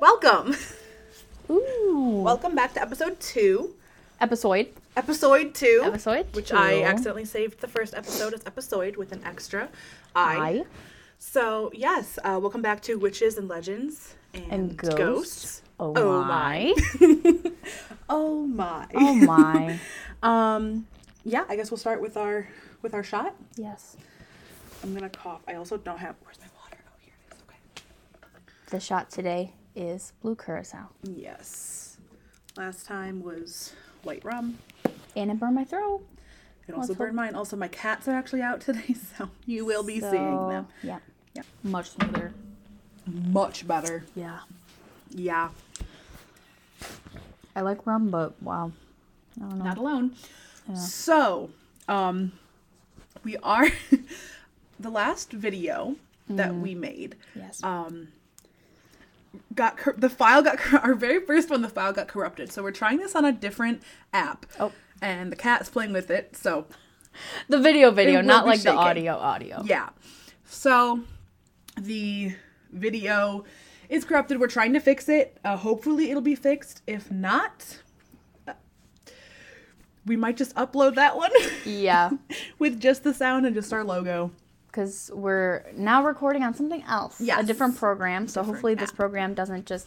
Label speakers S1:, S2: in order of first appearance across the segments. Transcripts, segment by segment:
S1: welcome.
S2: Ooh.
S1: Welcome back to episode two.
S2: Episode.
S1: Episode two.
S2: Episode.
S1: Which
S2: two.
S1: I accidentally saved the first episode as episode with an extra I.
S2: I.
S1: So, yes, uh, welcome back to Witches and Legends and,
S2: And ghosts.
S1: Ghosts.
S2: Oh,
S1: Oh
S2: my.
S1: Oh my.
S2: oh my.
S1: Um yeah, I guess we'll start with our with our shot.
S2: Yes.
S1: I'm going to cough. I also don't have Where's my water? Oh, here it is. Okay.
S2: The shot today is blue curacao.
S1: Yes. Last time was white rum.
S2: And it burned my throat.
S1: It also
S2: Let's hope-
S1: burned mine. Also, my cats are actually out today, so you will be seeing
S2: So,
S1: them.
S2: Yeah.
S1: Yeah.
S2: Much smoother.
S1: Much better.
S2: Yeah.
S1: Yeah.
S2: I like rum, but wow. I don't know.
S1: Not alone. So, um, we are the last video that we made.
S2: yes.
S1: Um, got cor- the file got cor- our very first one. The file got corrupted, so we're trying this on a different app.
S2: Oh.
S1: And the cat's playing with it, so
S2: the video, video,
S1: will
S2: not
S1: be
S2: like
S1: shaken.
S2: the audio, audio.
S1: Yeah. So the video is corrupted. We're trying to fix it. Uh, hopefully, it'll be fixed. If not, uh, we might just upload that one
S2: Yeah.
S1: with just the sound and just our logo.
S2: Because we're now recording on something else. A
S1: Yes.
S2: different program. So hopefully this
S1: app.
S2: program doesn't just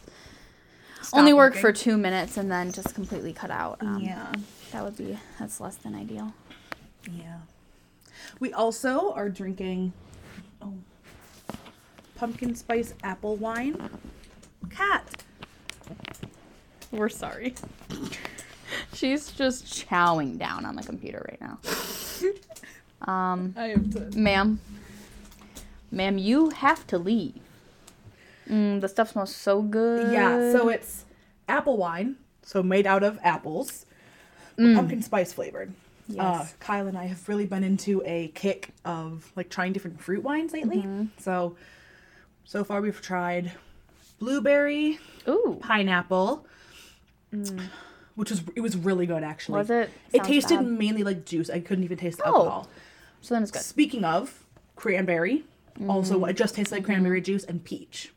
S1: Stop
S2: only work for
S1: working.
S2: two minutes and then just completely cut out. Um,
S1: Yeah.
S2: That would be, that's less than ideal.
S1: Yeah. We also are drinking oh, pumpkin spice apple wine. Cat.
S2: We're sorry. She's just chowing down on the computer right now. Um,
S1: I have to.
S2: ma'am. Ma'am, you have to leave. Mm, the stuff smells so good.
S1: Yeah,
S2: Mm.
S1: so it's apple wine, so made out of apples, pumpkin spice flavored. Uh,
S2: Mm. Yes.
S1: Kyle and I have really been into a kick of like trying different fruit wines lately.
S2: Mm-hmm.
S1: So, so far we've tried blueberry,
S2: Ooh.
S1: pineapple, which was it was really good actually.
S2: Mm. Was it?
S1: It
S2: Sounds
S1: tasted
S2: bad.
S1: mainly like juice. I couldn't even taste the alcohol.
S2: So then it's good. Mm.
S1: Speaking of cranberry, also it just tastes like cranberry juice and peach.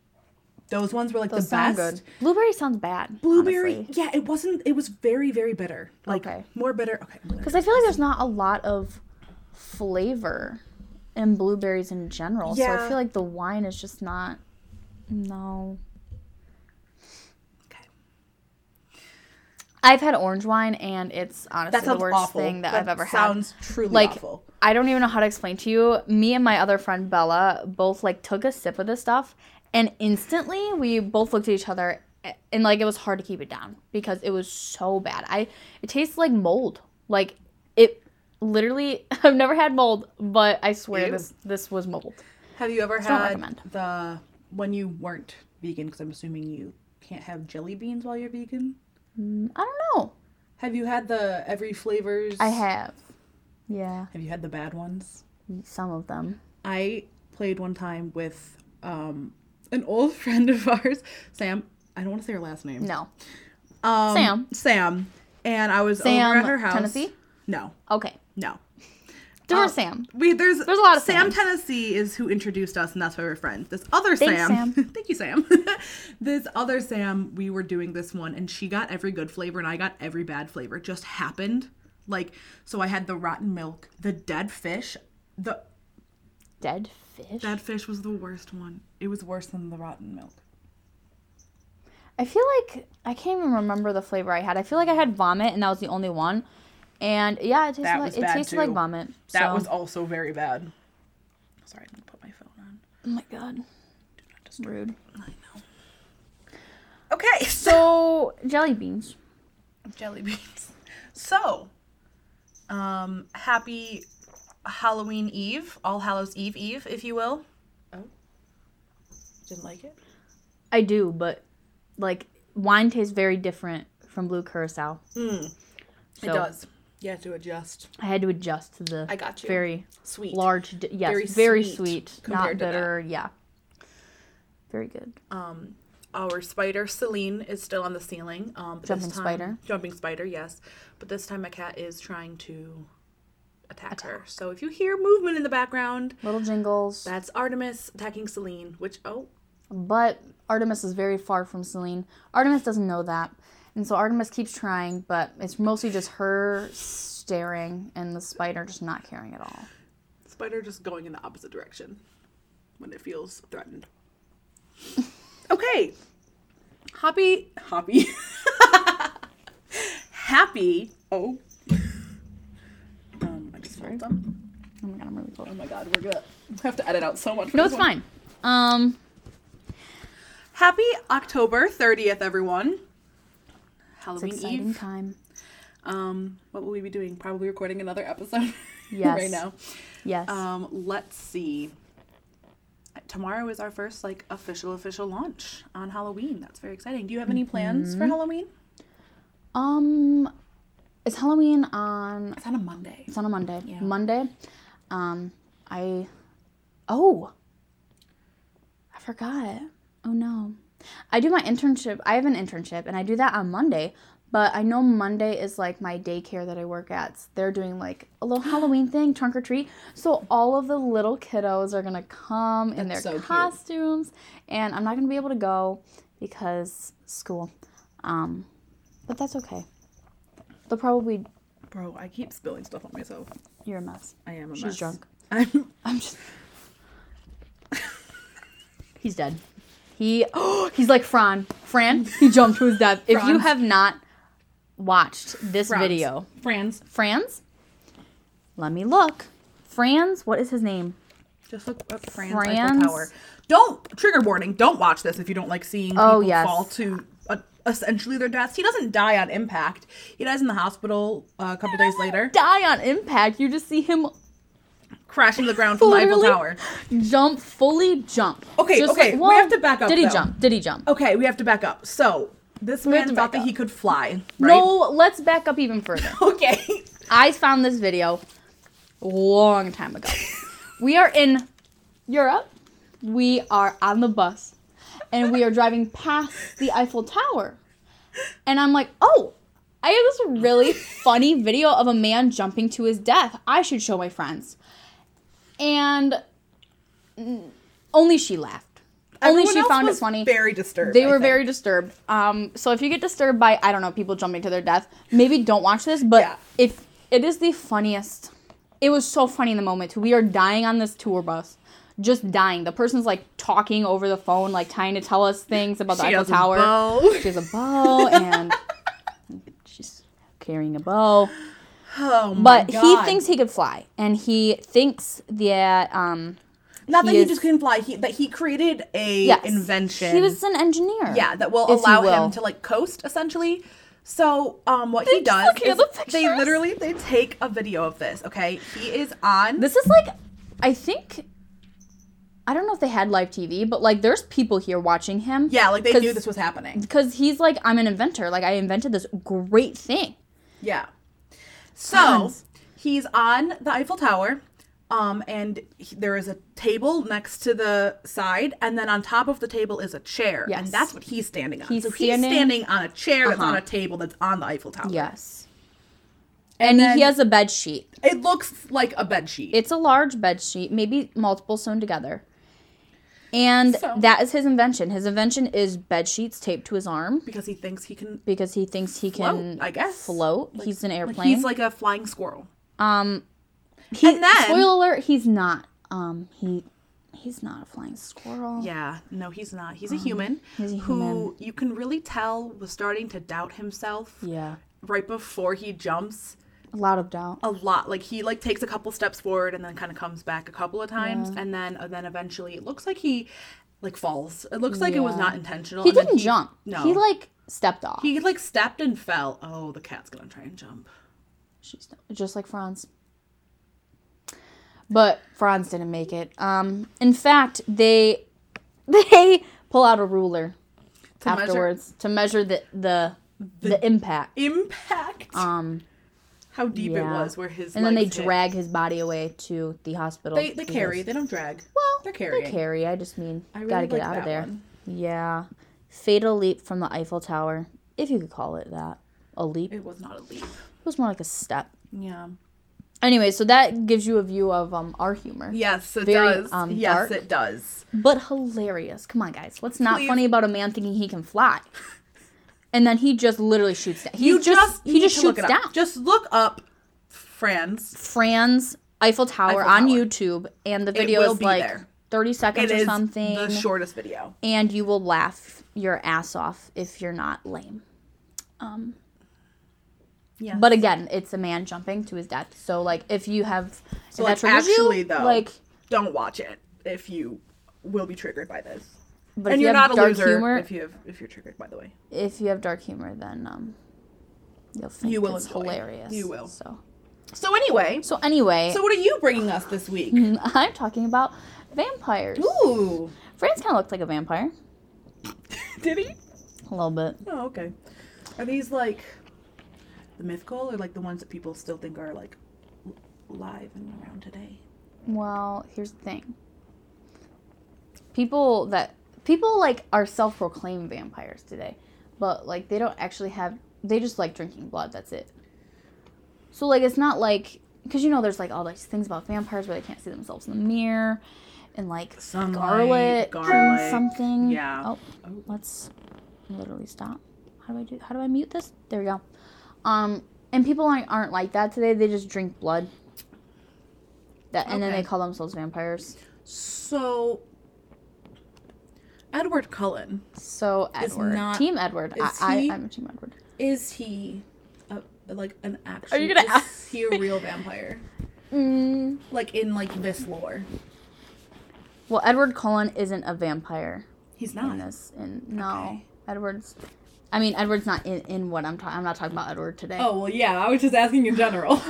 S1: Those ones were like
S2: Those
S1: the
S2: sound
S1: best
S2: good. Blueberry sounds bad.
S1: blueberry yeah it wasn't it was very very bitter like
S2: Okay.
S1: more bitter okay I'm gonna-
S2: Because I feel like there's not a lot of flavor in blueberries in general. So I
S1: Yeah.
S2: feel like the wine is just not. No.
S1: okay
S2: I've had orange wine and it's honestly
S1: that
S2: the
S1: sounds
S2: worst
S1: awful
S2: thing that, I've ever had.
S1: sounds truly
S2: like
S1: awful
S2: I don't even know how to explain to you. Me and my other friend Bella both like took a sip of this stuff, and instantly we both looked at each other, a- and like it was hard to keep it down because it was so bad. I it tastes like mold. Like it literally. I've never had mold, but I swear
S1: Ew.
S2: this this was mold.
S1: have you ever
S2: don't
S1: had
S2: recommend.
S1: the when you weren't vegan because i'm assuming you can't have jelly beans while you're vegan
S2: I don't know.
S1: have you had the every flavors
S2: I have. Yeah,
S1: have you had the bad ones
S2: some of them.
S1: I played one time with um, an old friend of ours, Sam. I don't want to say her last name.
S2: No.
S1: Um,
S2: Sam.
S1: Sam. And I was
S2: Sam,
S1: over at her house.
S2: Tennessee?
S1: No,
S2: Okay.
S1: no.
S2: Different
S1: Oh.
S2: Sam.
S1: We there's
S2: There's a lot of
S1: Sam
S2: Sams.
S1: Tennessee is who introduced us, and that's why we're friends. This other
S2: Thanks,
S1: Sam,
S2: Sam.
S1: thank you, Sam. this other Sam, we were doing this one, and she got every good flavor, and I got every bad flavor. It just happened. Like, so I had the rotten milk, the dead fish. The
S2: Dead fish.
S1: dead fish was the worst one. It was worse than the rotten milk.
S2: I feel like I can't even remember the flavor I had. I feel like I had vomit, and that was the only one. And yeah, it tasted
S1: That
S2: like
S1: was
S2: it
S1: bad,
S2: tasted like
S1: too.
S2: vomit.
S1: That
S2: so.
S1: was also very bad. Sorry, I didn't put my phone on.
S2: oh my god, rude.
S1: I know. Okay, so
S2: So jelly beans.
S1: jelly beans. So, um, happy Halloween Eve, All Hallows Eve Eve, if you will. Oh, didn't like it.
S2: I do, but like wine tastes very different from blue curacao.
S1: Hmm. it
S2: So-
S1: does. You have to adjust.
S2: I had to adjust to the
S1: I got you.
S2: very
S1: Sweet.
S2: large, d- yes,
S1: Very
S2: very,
S1: sweet
S2: sweet,
S1: compared
S2: not
S1: to that.
S2: bitter. Yeah, very good.
S1: Um, our spider Celine is still on the ceiling. Um, but this
S2: Jumping
S1: time-
S2: spider?
S1: Jumping spider, yes. But this time, a cat is trying to attack, her. So if you hear movement in the background,
S2: Little jingles,
S1: that's Artemis attacking Celine. Which oh,
S2: but Artemis is very far from Celine. Artemis doesn't know that. And so Artemis keeps trying, but it's mostly just her staring and the spider just not caring at all.
S1: Spider just going in the opposite direction when it feels threatened. Okay. Hoppy. Hoppy. Happy. Oh. Um, I just felt them.
S2: Oh my god, I'm really cold.
S1: Oh my god, we're gonna have to edit out so much. for
S2: No,
S1: this
S2: it's
S1: one.
S2: fine. Um,
S1: Happy October 30th, everyone.
S2: it's
S1: Halloween
S2: exciting
S1: Eve.
S2: time.
S1: Um, what will we be doing? Probably recording another episode
S2: Yes.
S1: right now.
S2: Yes.
S1: Um, let's see. Tomorrow is our first like official official launch on Halloween. That's very exciting. Do you have any plans
S2: Mm-hmm.
S1: for Halloween?
S2: um, it's Halloween on.
S1: It's on a Monday.
S2: It's on a Monday.
S1: Yeah.
S2: Monday. Um, I. Oh. I forgot. Oh no. I do my internship. I have an internship, and I do that on Monday. But I know Monday is like my daycare that I work at. They're doing like a little Halloween thing, trunk or treat. So all of the little kiddos are gonna come in their
S1: That's so cute.
S2: costumes, and I'm not gonna be able to go because school. Um, but that's okay. They'll probably.
S1: Bro, I keep spilling stuff on myself.
S2: You're a mess.
S1: I am a
S2: She's
S1: mess.
S2: drunk.
S1: I'm
S2: I'm just. he's dead. He he's like Fran. Fran. He jumped to his death. If you
S1: Franz.
S2: have not watched this
S1: Franz.
S2: video,
S1: Franz.
S2: Franz. Let me look. Franz. What is his name?
S1: Just look up Franz,
S2: Franz?
S1: Eiffel Tower. Don't trigger warning. Don't watch this if you don't like seeing
S2: Oh,
S1: people
S2: yes.
S1: fall to uh, essentially their deaths. He doesn't die on impact. He dies in the hospital uh, a couple days later,
S2: Die on impact. You just see him
S1: crashing to the ground from the Eiffel
S2: Literally.
S1: Tower.
S2: jump, fully jump.
S1: Okay,
S2: Just
S1: okay,
S2: like-
S1: we
S2: well,
S1: have to back up,
S2: Did he
S1: though. Oh,
S2: jump? Did he jump?
S1: Okay, we have to back up. So this
S2: have
S1: man
S2: to
S1: thought
S2: back
S1: that
S2: up.
S1: he could fly. Right?
S2: No, let's back up even further.
S1: Okay.
S2: I found this video long time ago. we are in Europe. We are on the bus and we are driving past the Eiffel Tower. And I'm like, "Oh, I have this really funny video of a man jumping to his death. I should show my friends." And mm, only she laughed. only
S1: Everyone
S2: she
S1: else
S2: found it
S1: was
S2: funny.
S1: Very disturbed.
S2: They
S1: I
S2: were
S1: think.
S2: very disturbed. Um, so if you get disturbed by I don't know people jumping to their death, maybe don't watch this. But
S1: Yeah.
S2: if it is the funniest, it was so funny in the moment. too. We are dying on this tour bus, just dying. The person's like talking over the phone, like trying to tell us things about
S1: She
S2: the Eiffel
S1: has a
S2: Tower.
S1: bow.
S2: She has a bow and she's carrying a bow.
S1: Oh my
S2: But he
S1: God.
S2: thinks he could fly, and he thinks that um,
S1: not that
S2: he
S1: he
S2: is-
S1: just couldn't fly. He that he created a
S2: yes,
S1: invention.
S2: He was an engineer.
S1: yeah that will
S2: if you
S1: allow
S2: will.
S1: him to like coast essentially so um what he
S2: just
S1: does
S2: looking
S1: is
S2: at the
S1: they
S2: pictures.
S1: literally they take a video of this okay he is on
S2: This is like, I think, I don't know if they had live TV, but like, there's people here watching him.
S1: yeah like they
S2: 'cause-
S1: knew this was happening
S2: Because he's like, I'm an inventor. Like, I invented this great thing.
S1: yeah so
S2: Tons.
S1: he's on the eiffel tower um and he- there is a table next to the side and then on top of the table is a chair
S2: Yes.
S1: and that's what he's standing on
S2: He's
S1: so
S2: standing-
S1: he's standing on a chair that's
S2: Uh-huh.
S1: on a table that's on the eiffel tower
S2: Yes. And,
S1: then-
S2: he has a bed sheet.
S1: it looks like a bed sheet
S2: It's a large bed sheet, maybe multiple sewn together. And
S1: So-
S2: that is his invention. His invention is bed sheets taped to his arm
S1: because he thinks he can
S2: because he thinks he can
S1: Float, I guess.
S2: float. he's an
S1: like,
S2: airplane.
S1: he's like a flying squirrel
S2: Um, he,
S1: And then-
S2: spoiler alert, he's not. Um, he he's not a flying squirrel.
S1: Yeah, no, he's not. He's a human
S2: Um, he's a
S1: who you can really tell was starting to doubt himself
S2: Yeah.
S1: right before he jumps
S2: A lot of doubt.
S1: a lot. Like he like takes a couple steps forward and then kind of comes back a couple of times and then and then eventually it looks like he like falls. It looks like it was
S2: Yeah.
S1: not intentional.
S2: He
S1: and then
S2: didn't jump.
S1: No.
S2: He like stepped off.
S1: he like stepped and fell. Oh, the cat's gonna try and jump.
S2: She's just like Franz. But Franz didn't make it. Um, in fact, they they pull out a ruler
S1: To measure-
S2: afterwards to measure the the the, impact.
S1: Impact.
S2: Um,
S1: How deep it
S2: yeah.
S1: was where his
S2: and then they
S1: legs hit.
S2: drag his body away to the hospital.
S1: They, they
S2: because-
S1: carry. They don't drag.
S2: Well,
S1: They're carrying.
S2: They carry. I just mean,
S1: I really
S2: gotta get
S1: like
S2: out
S1: that
S2: of there.
S1: one.
S2: Yeah. Fatal leap from the Eiffel Tower, if you could call it that. A leap. It
S1: It was not a leap.
S2: was more like a step.
S1: Yeah.
S2: Anyway, so that gives you a view of um our humor.
S1: Yes, it
S2: Very,
S1: does.
S2: um,
S1: yes,
S2: dark.
S1: it does.
S2: But hilarious. Come on, guys. What's not
S1: Please.
S2: funny about a man thinking he can fly? And then he just literally shoots down. He
S1: You
S2: just,
S1: just
S2: he
S1: need
S2: just
S1: to look
S2: shoots
S1: it
S2: down.
S1: up. Just look up Franz.
S2: Franz Eiffel Tower
S1: Eiffel
S2: on
S1: Tower.
S2: YouTube, and the video
S1: will
S2: is
S1: be
S2: like
S1: there.
S2: 30 seconds
S1: It
S2: or
S1: is
S2: something,
S1: the shortest video.
S2: and you will laugh your ass off if you're not lame. Um,
S1: Yeah.
S2: but again, it's a man jumping to his death. So like, if you have,
S1: So,
S2: if
S1: like,
S2: that's triggers you,
S1: actually, though,
S2: like,
S1: don't watch it if you will be triggered by this.
S2: but if
S1: and
S2: you
S1: you're
S2: have
S1: not a
S2: dark
S1: loser
S2: humor,
S1: if you have if you're triggered. By the way,
S2: if you have dark humor, then um, you'll think
S1: You will
S2: it's
S1: enjoy it.
S2: hilarious.
S1: You will.
S2: So
S1: so anyway,
S2: so anyway,
S1: so what are you bringing us this week?
S2: I'm talking about vampires.
S1: Ooh,
S2: Franz kind of looked like a vampire,
S1: did he?
S2: a little bit.
S1: Oh, okay. Are these like the mythical, or like the ones that people still think are like l- live and around today?
S2: Well, here's the thing. People that people like are self-proclaimed vampires today, but like they don't actually have. They just like drinking blood. That's it. So like it's not like because you know there's like all these things about vampires where they can't see themselves in the mirror, and like
S1: Sunlight,
S2: garlic,
S1: garlic,
S2: and something.
S1: yeah.
S2: Oh, let's literally stop. How do I do? How do I mute this? There we go. Um, and people aren't aren't like that today. They just drink blood. That and then
S1: Okay.
S2: they call themselves vampires.
S1: So Edward Cullen
S2: So
S1: Is
S2: Edward,
S1: not-
S2: Team Edward.
S1: is
S2: I,
S1: he-
S2: I I'm a Team Edward.
S1: is he a, like an actual?
S2: Are you gonna
S1: is
S2: ask
S1: he a real vampire?
S2: Mm.
S1: Like in like this lore,
S2: Well, Edward Cullen isn't a vampire
S1: he's
S2: in
S1: not.
S2: this. In no,
S1: Ah. Okay.
S2: Edward's. I mean, Edward's not in, in what I'm talking. I'm not talking about Edward today.
S1: Oh well, yeah. I was just asking in general.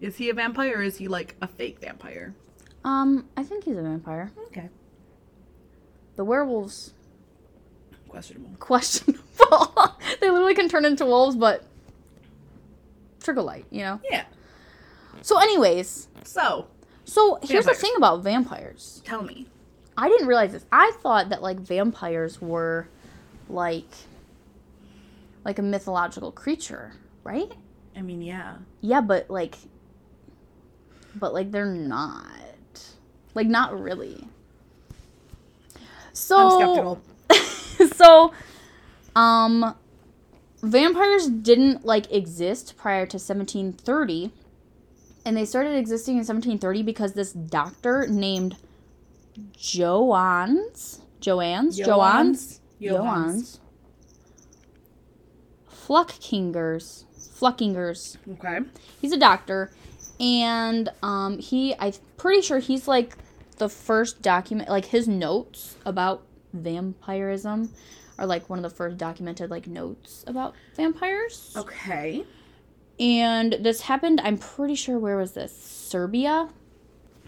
S1: is he a vampire? or Is he like a fake vampire?
S2: Um, I think he's a vampire.
S1: Okay,
S2: The werewolves
S1: questionable.
S2: questionable. they literally can turn into wolves, but trigger light, you know.
S1: Yeah.
S2: So, anyways,
S1: So
S2: so here's the
S1: Vampires.
S2: thing about vampires.
S1: tell me.
S2: I didn't realize this. I thought that like vampires were like like a mythological creature, right?
S1: I mean, yeah.
S2: Yeah, but like but like they're not. Like not really. So
S1: I'm skeptical.
S2: so um vampires didn't like exist prior to 1730 and they started existing in 1730 because this doctor named Joannes Joannes Joannes Joannes Fluckingers Fluckingers
S1: Okay.
S2: he's a doctor and um he i'm pretty sure he's like the first document like his notes about vampirism are like one of the first documented like notes about vampires
S1: Okay.
S2: and this happened i'm pretty sure where was this serbia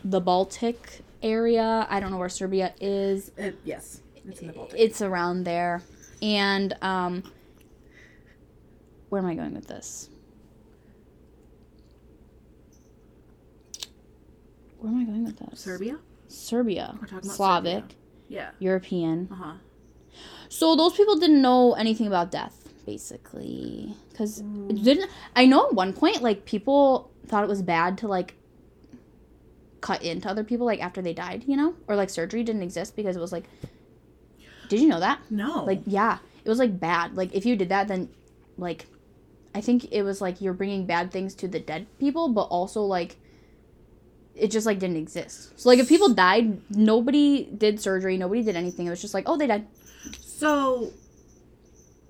S2: the baltic area i don't know where serbia is
S1: Uh, yes. It's in the Baltic.
S2: it's around there and um where am i going with this where am i going with this
S1: Serbia.
S2: serbia
S1: We're talking about
S2: slavic
S1: Serbia. Yeah.
S2: european
S1: Uh huh.
S2: so those people didn't know anything about death basically because
S1: Mm.
S2: didn't i know at one point like people thought it was bad to like cut into other people like after they died you know or like surgery didn't exist because it was like did you know that
S1: No.
S2: like yeah, it was like bad. Like if you did that, then like I think it was like you're bringing bad things to the dead people, but also like it just like didn't exist. So like if people died, nobody did surgery, nobody did anything. It was just like oh they died,
S1: so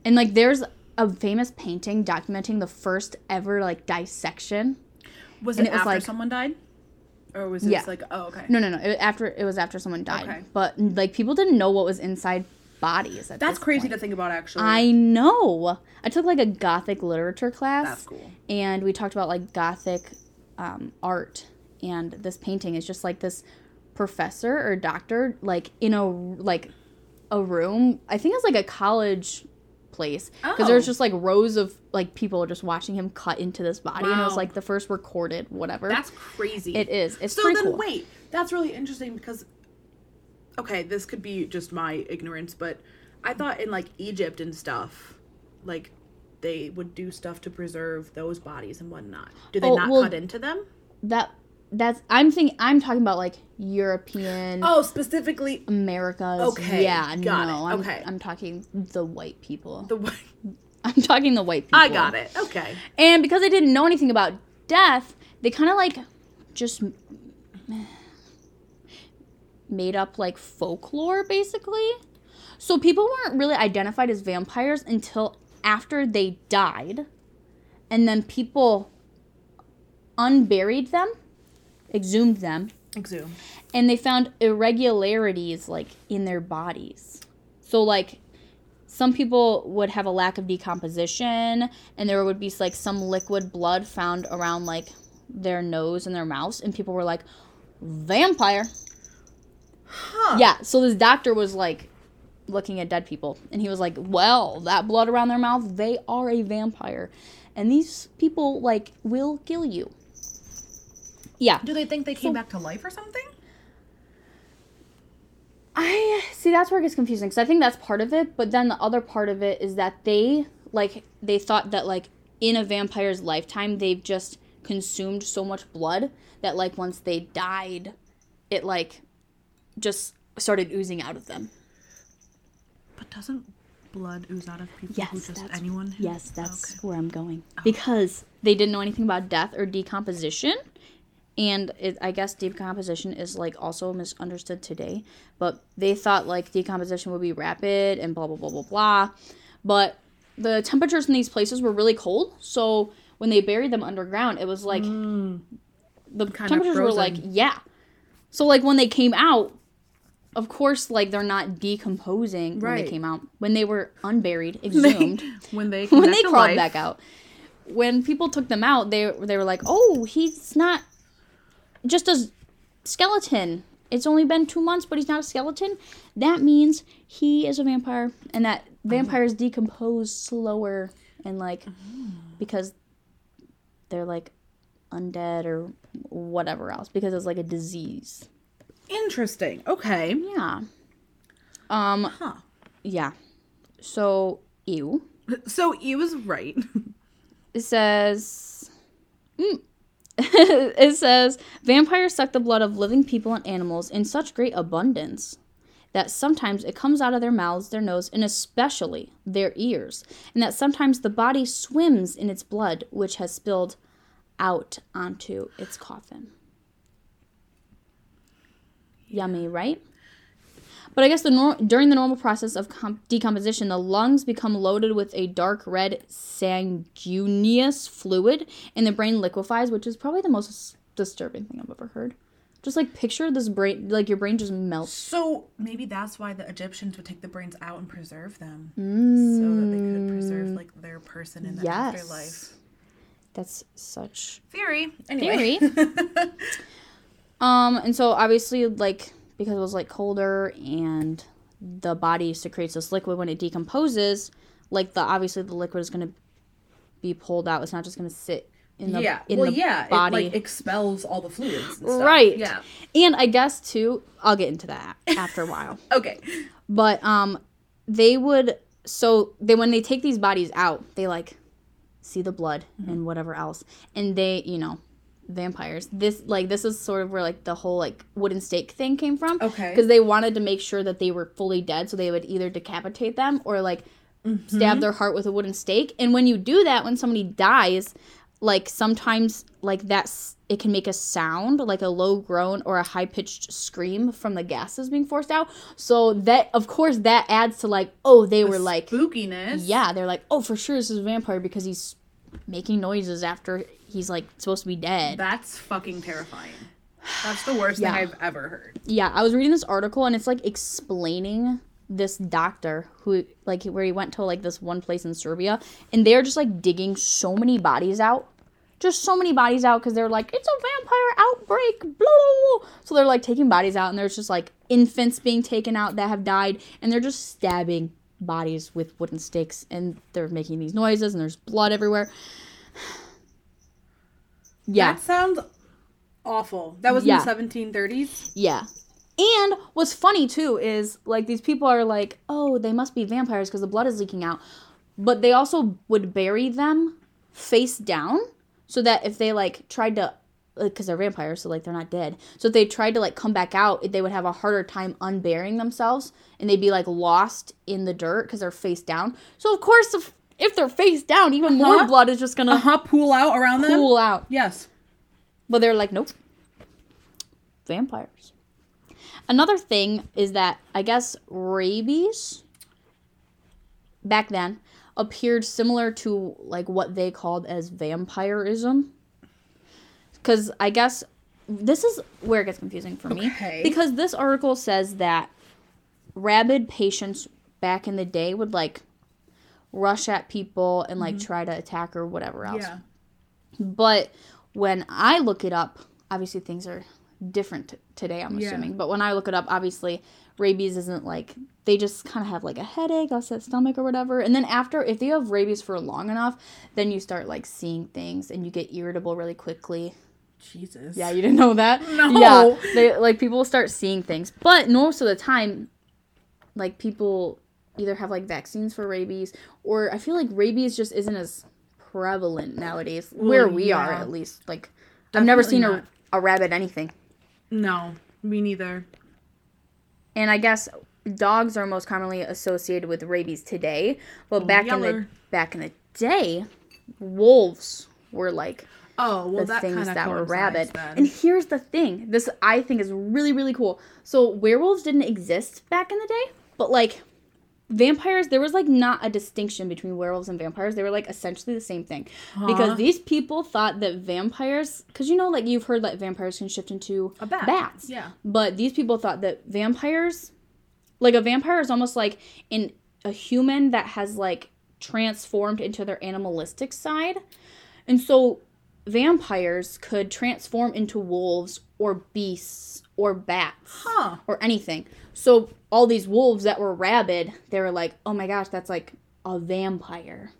S2: and like there's a famous painting documenting the first ever like dissection.
S1: was
S2: And
S1: it,
S2: it was
S1: after
S2: like-
S1: someone died, or was it
S2: Yeah.
S1: just like oh okay?
S2: No no no, it, after it was after someone died,
S1: Okay.
S2: but like people didn't know what was inside bodies. At
S1: That's
S2: this
S1: crazy
S2: point.
S1: to think about. Actually,
S2: I know. I took like a gothic literature class.
S1: that's cool.
S2: and we talked about like gothic um, art and this painting is just like this professor or doctor like in a like a room i think it's like a college place because there's
S1: Oh.
S2: just like rows of like people just watching him cut into this body and it was
S1: Wow.
S2: like the first recorded whatever
S1: That's crazy.
S2: it is it's
S1: so
S2: pretty
S1: then
S2: cool
S1: wait, that's really interesting because okay, this could be just my ignorance, but I thought in like Egypt and stuff, like they would do stuff to preserve those bodies and whatnot. Do they
S2: Oh,
S1: not
S2: well-
S1: cut into them?
S2: That that's I'm thinking I'm talking about like European
S1: Oh, specifically
S2: Americas.
S1: Okay,
S2: Yeah,
S1: got
S2: no.
S1: it,
S2: I'm,
S1: okay.
S2: I'm talking the white people.
S1: the one.
S2: I'm talking the white people.
S1: I got it. Okay.
S2: And because they didn't know anything about death, they kind of like just made up like folklore basically. So people weren't really identified as vampires until after they died. And then people unburied them, exhumed them,
S1: Exhumed.
S2: and they found irregularities like in their bodies. So like some people would have a lack of decomposition and there would be like some liquid blood found around like their nose and their mouth and people were like vampire.
S1: Huh.
S2: Yeah, so this doctor was like looking at dead people and he was like, "Well, that blood around their mouth, they are a vampire." And these people like will kill you. Yeah.
S1: Do they think they came back to life or something?
S2: I see that's where it gets confusing because I think that's part of it, but then the other part of it is that they like they thought that like in a vampire's lifetime they've just consumed so much blood that like once they died, it like just started oozing out of them.
S1: But doesn't blood ooze out of people
S2: Yes,
S1: who just
S2: that's-
S1: anyone? who-
S2: Yes, that's where I'm going
S1: Oh.
S2: because they didn't know anything about death or decomposition, and it, I guess decomposition is like also misunderstood today. But they thought like decomposition would be rapid and blah blah blah blah blah, but the temperatures in these places were really cold, so when they buried them underground, it was like the
S1: Hmm. Kinda
S2: temperatures were like
S1: frozen.
S2: yeah. So like when they came out, of course, like they're not decomposing when
S1: Right.
S2: they came out. When they were unburied, exhumed,
S1: when they
S2: when they crawled back out. When people took them out, they they were like, "Oh, he's not just a skeleton. It's only been two months, but he's not a skeleton. That means he is a vampire, and that vampires decompose slower and like because they're like undead or whatever else because it's like a disease.
S1: Interesting. Okay.
S2: Yeah. Um.
S1: Huh.
S2: Yeah. So ew.
S1: So E was right.
S2: It says. Mm. it says vampires suck the blood of living people and animals in such great abundance that sometimes it comes out of their mouths, their nose, and especially their ears, and that sometimes the body swims in its blood, which has spilled out onto its coffin. Yummy, right? But I guess the nor- during the normal process of com- decomposition, the lungs become loaded with a dark red sanguineous fluid, and the brain liquefies, which is probably the most s- disturbing thing I've ever heard. Just like picture this brain, like your brain just melts.
S1: So maybe that's why the Egyptians would take the brains out and preserve them, so that they could preserve like their person in the
S2: Mm. Yes.
S1: afterlife.
S2: That's such
S1: Theory. Anyway.
S2: theory. um, and so obviously, like because it was like colder and the body secretes this liquid when it decomposes, like the obviously the liquid is gonna be pulled out. It's not just gonna sit in the
S1: yeah.
S2: in
S1: well,
S2: the
S1: yeah.
S2: body.
S1: It like expels all the fluids. and stuff.
S2: Right.
S1: Yeah.
S2: And I guess too, I'll get into that after a while.
S1: Okay.
S2: But um they would so they when they take these bodies out, they like see the blood and whatever else. And they, you know, vampires. This like this is sort of where like the whole like wooden stake thing came from.
S1: Okay.
S2: Because they wanted to make sure that they were fully dead, so they would either decapitate them or like stab their heart with a wooden stake. And when you do that, when somebody dies, like sometimes like that's it can make a sound like a low groan or a high pitched scream from the gases being forced out. So that of course that adds to like oh they were like
S1: Spookiness.
S2: yeah they're like oh for sure this is a vampire because he's making noises after he's like supposed to be dead.
S1: That's fucking terrifying. That's the worst
S2: Yeah.
S1: thing I've ever heard.
S2: yeah i was reading this article and it's like explaining this doctor who like where he went to like this one place in serbia and they're just like digging so many bodies out just so many bodies out because they're like it's a vampire outbreak blah, blah, blah." so they're like taking bodies out and there's just like infants being taken out that have died and they're just stabbing bodies with wooden sticks and they're making these noises and there's blood everywhere yeah
S1: That sounds awful. That was
S2: Yeah.
S1: in the 1730s.
S2: Yeah. And what's funny too is like these people are like, oh, they must be vampires because the blood is leaking out. but they also would bury them face down so that if they like tried to because they're vampires so like they're not dead so if they tried to like come back out they would have a harder time unburying themselves and they'd be like lost in the dirt because they're face down so of course if, if they're face down even more
S1: Uh-huh.
S2: blood is just gonna
S1: huh. Pool out around them.
S2: pool out
S1: Yes.
S2: but they're like, nope. Vampires. Another thing is that I guess rabies back then appeared similar to like what they called as vampirism. Cuz I guess this is where it gets confusing for
S1: Okay.
S2: me because this article says that rabid patients back in the day would like rush at people and like try to attack or whatever else.
S1: Mm-hmm. Yeah.
S2: But when I look it up, obviously things are different t- today, I'm
S1: Yeah.
S2: assuming. But when I look it up, obviously rabies isn't like they just kind of have like a headache, upset stomach, or whatever. And then after, if you have rabies for long enough, then you start like seeing things and you get irritable really quickly.
S1: Jesus.
S2: Yeah, you didn't know that.
S1: No.
S2: Yeah, they like people start seeing things, but most of the time, like people either have like vaccines for rabies, or I feel like rabies just isn't as prevalent nowadays where we are
S1: yeah.
S2: at least. Like I've never seen
S1: Definitely
S2: a, a rabbit anything,
S1: No, me neither.
S2: and I guess dogs are most commonly associated with rabies today, but back in the
S1: yeller.
S2: back in the day, wolves were like
S1: Oh well,
S2: the
S1: that kind
S2: things
S1: of
S2: that were rabid. And
S1: Then.
S2: here's the thing: this I think is really, really cool. So werewolves didn't exist back in the day, but like vampires, there was like not a distinction between werewolves and vampires. They were like essentially the same thing because these people thought that vampires, because you know, like you've heard that vampires can shift into
S1: A bat.
S2: bats,
S1: Yeah.
S2: But these people thought that vampires, like a vampire, is almost like in a human that has like transformed into their animalistic side. And so vampires could transform into wolves or beasts or bats
S1: Huh.
S2: or anything. So all these wolves that were rabid, they were like, "Oh my gosh, that's like a vampire."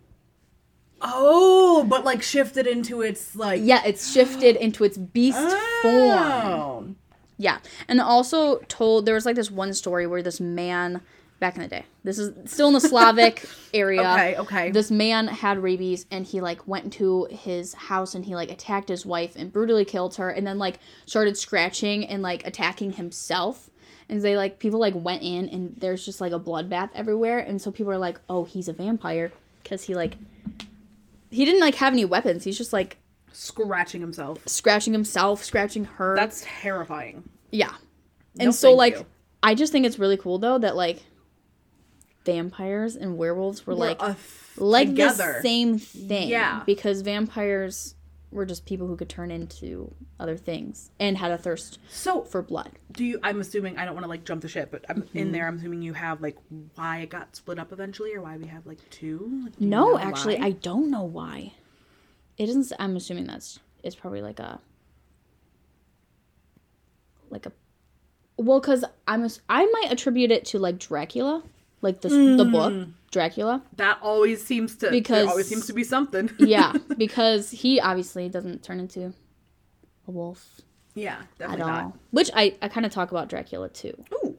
S1: Oh, but like shifted into its like
S2: Yeah, it's shifted into its beast
S1: Oh.
S2: form.
S1: form.
S2: Yeah. And also told there was like this one story where this man back in the day. This is still in the Slavic area.
S1: Okay, okay.
S2: This man had rabies and he like went to his house and he like attacked his wife and brutally killed her and then like started scratching and like attacking himself. And they like people like went in and there's just like a bloodbath everywhere and so people are like, "Oh, he's a vampire" cuz he like he didn't like have any weapons. He's just like
S1: Scratching himself.
S2: scratching himself, scratching her.
S1: That's terrifying.
S2: Yeah.
S1: No,
S2: And so
S1: thank
S2: like
S1: you.
S2: I just think it's really cool though that like vampires and werewolves were like
S1: We're a th-
S2: like
S1: together.
S2: the same thing.
S1: Yeah.
S2: Because vampires were just people who could turn into other things and had a thirst
S1: so
S2: for blood.
S1: do you i'm assuming i don't want to like jump the ship but i'm
S2: Mm-hmm.
S1: in there i'm assuming you have like why it got split up eventually or why we have like two like, do you
S2: No,
S1: know
S2: actually,
S1: why?
S2: I don't know why. It isn't. s- I'm assuming that's it's probably like a like a well, because I'm ass- I might attribute it to like Dracula, like this the
S1: Mm.
S2: book Dracula.
S1: that always seems to because
S2: Because-
S1: there always seems to be something
S2: Yeah, because he obviously doesn't turn into a wolf
S1: yeah
S2: at
S1: definitely
S2: all. Which I I kind of talk about Dracula too.
S1: not Ooh,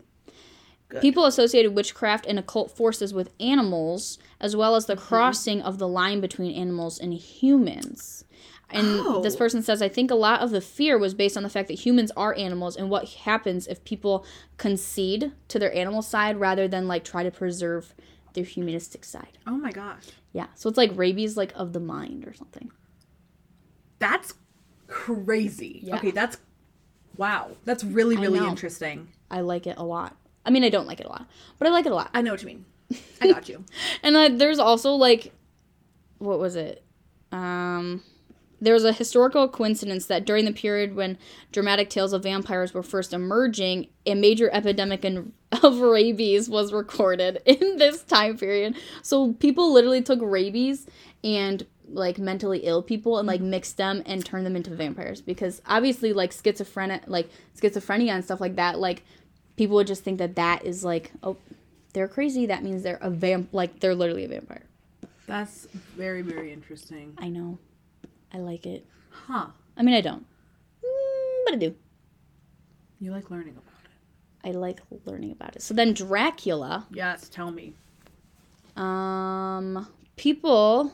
S2: People associated witchcraft and occult forces with animals, as well as the crossing of the line between animals and humans. And this
S1: Oh.
S2: person says, I think a lot of the fear was based on the fact that humans are animals and what happens if people concede to their animal side rather than like try to preserve their humanistic side.
S1: oh my gosh
S2: Yeah. So it's like rabies, like of the mind or something.
S1: that's crazy
S2: Yeah.
S1: okay that's wow that's really really
S2: know.
S1: interesting
S2: I like it a lot. I mean, I don't like it a lot, but I like it a lot.
S1: i know what you mean i got you
S2: And uh, there's also like, what was it? Um, there was a historical coincidence that during the period when dramatic tales of vampires were first emerging, a major epidemic in, of rabies was recorded in this time period. So people literally took rabies and like mentally ill people and like mixed them and turned them into vampires because obviously like schizophrenic like schizophrenia and stuff like that like people would just think that that is like oh they're crazy that means they're a vamp like they're literally a vampire
S1: that's very very interesting
S2: i know i like it
S1: huh
S2: i mean i don't Mm, but i do
S1: you like learning about it
S2: i like learning about it so then dracula
S1: yes tell me
S2: um people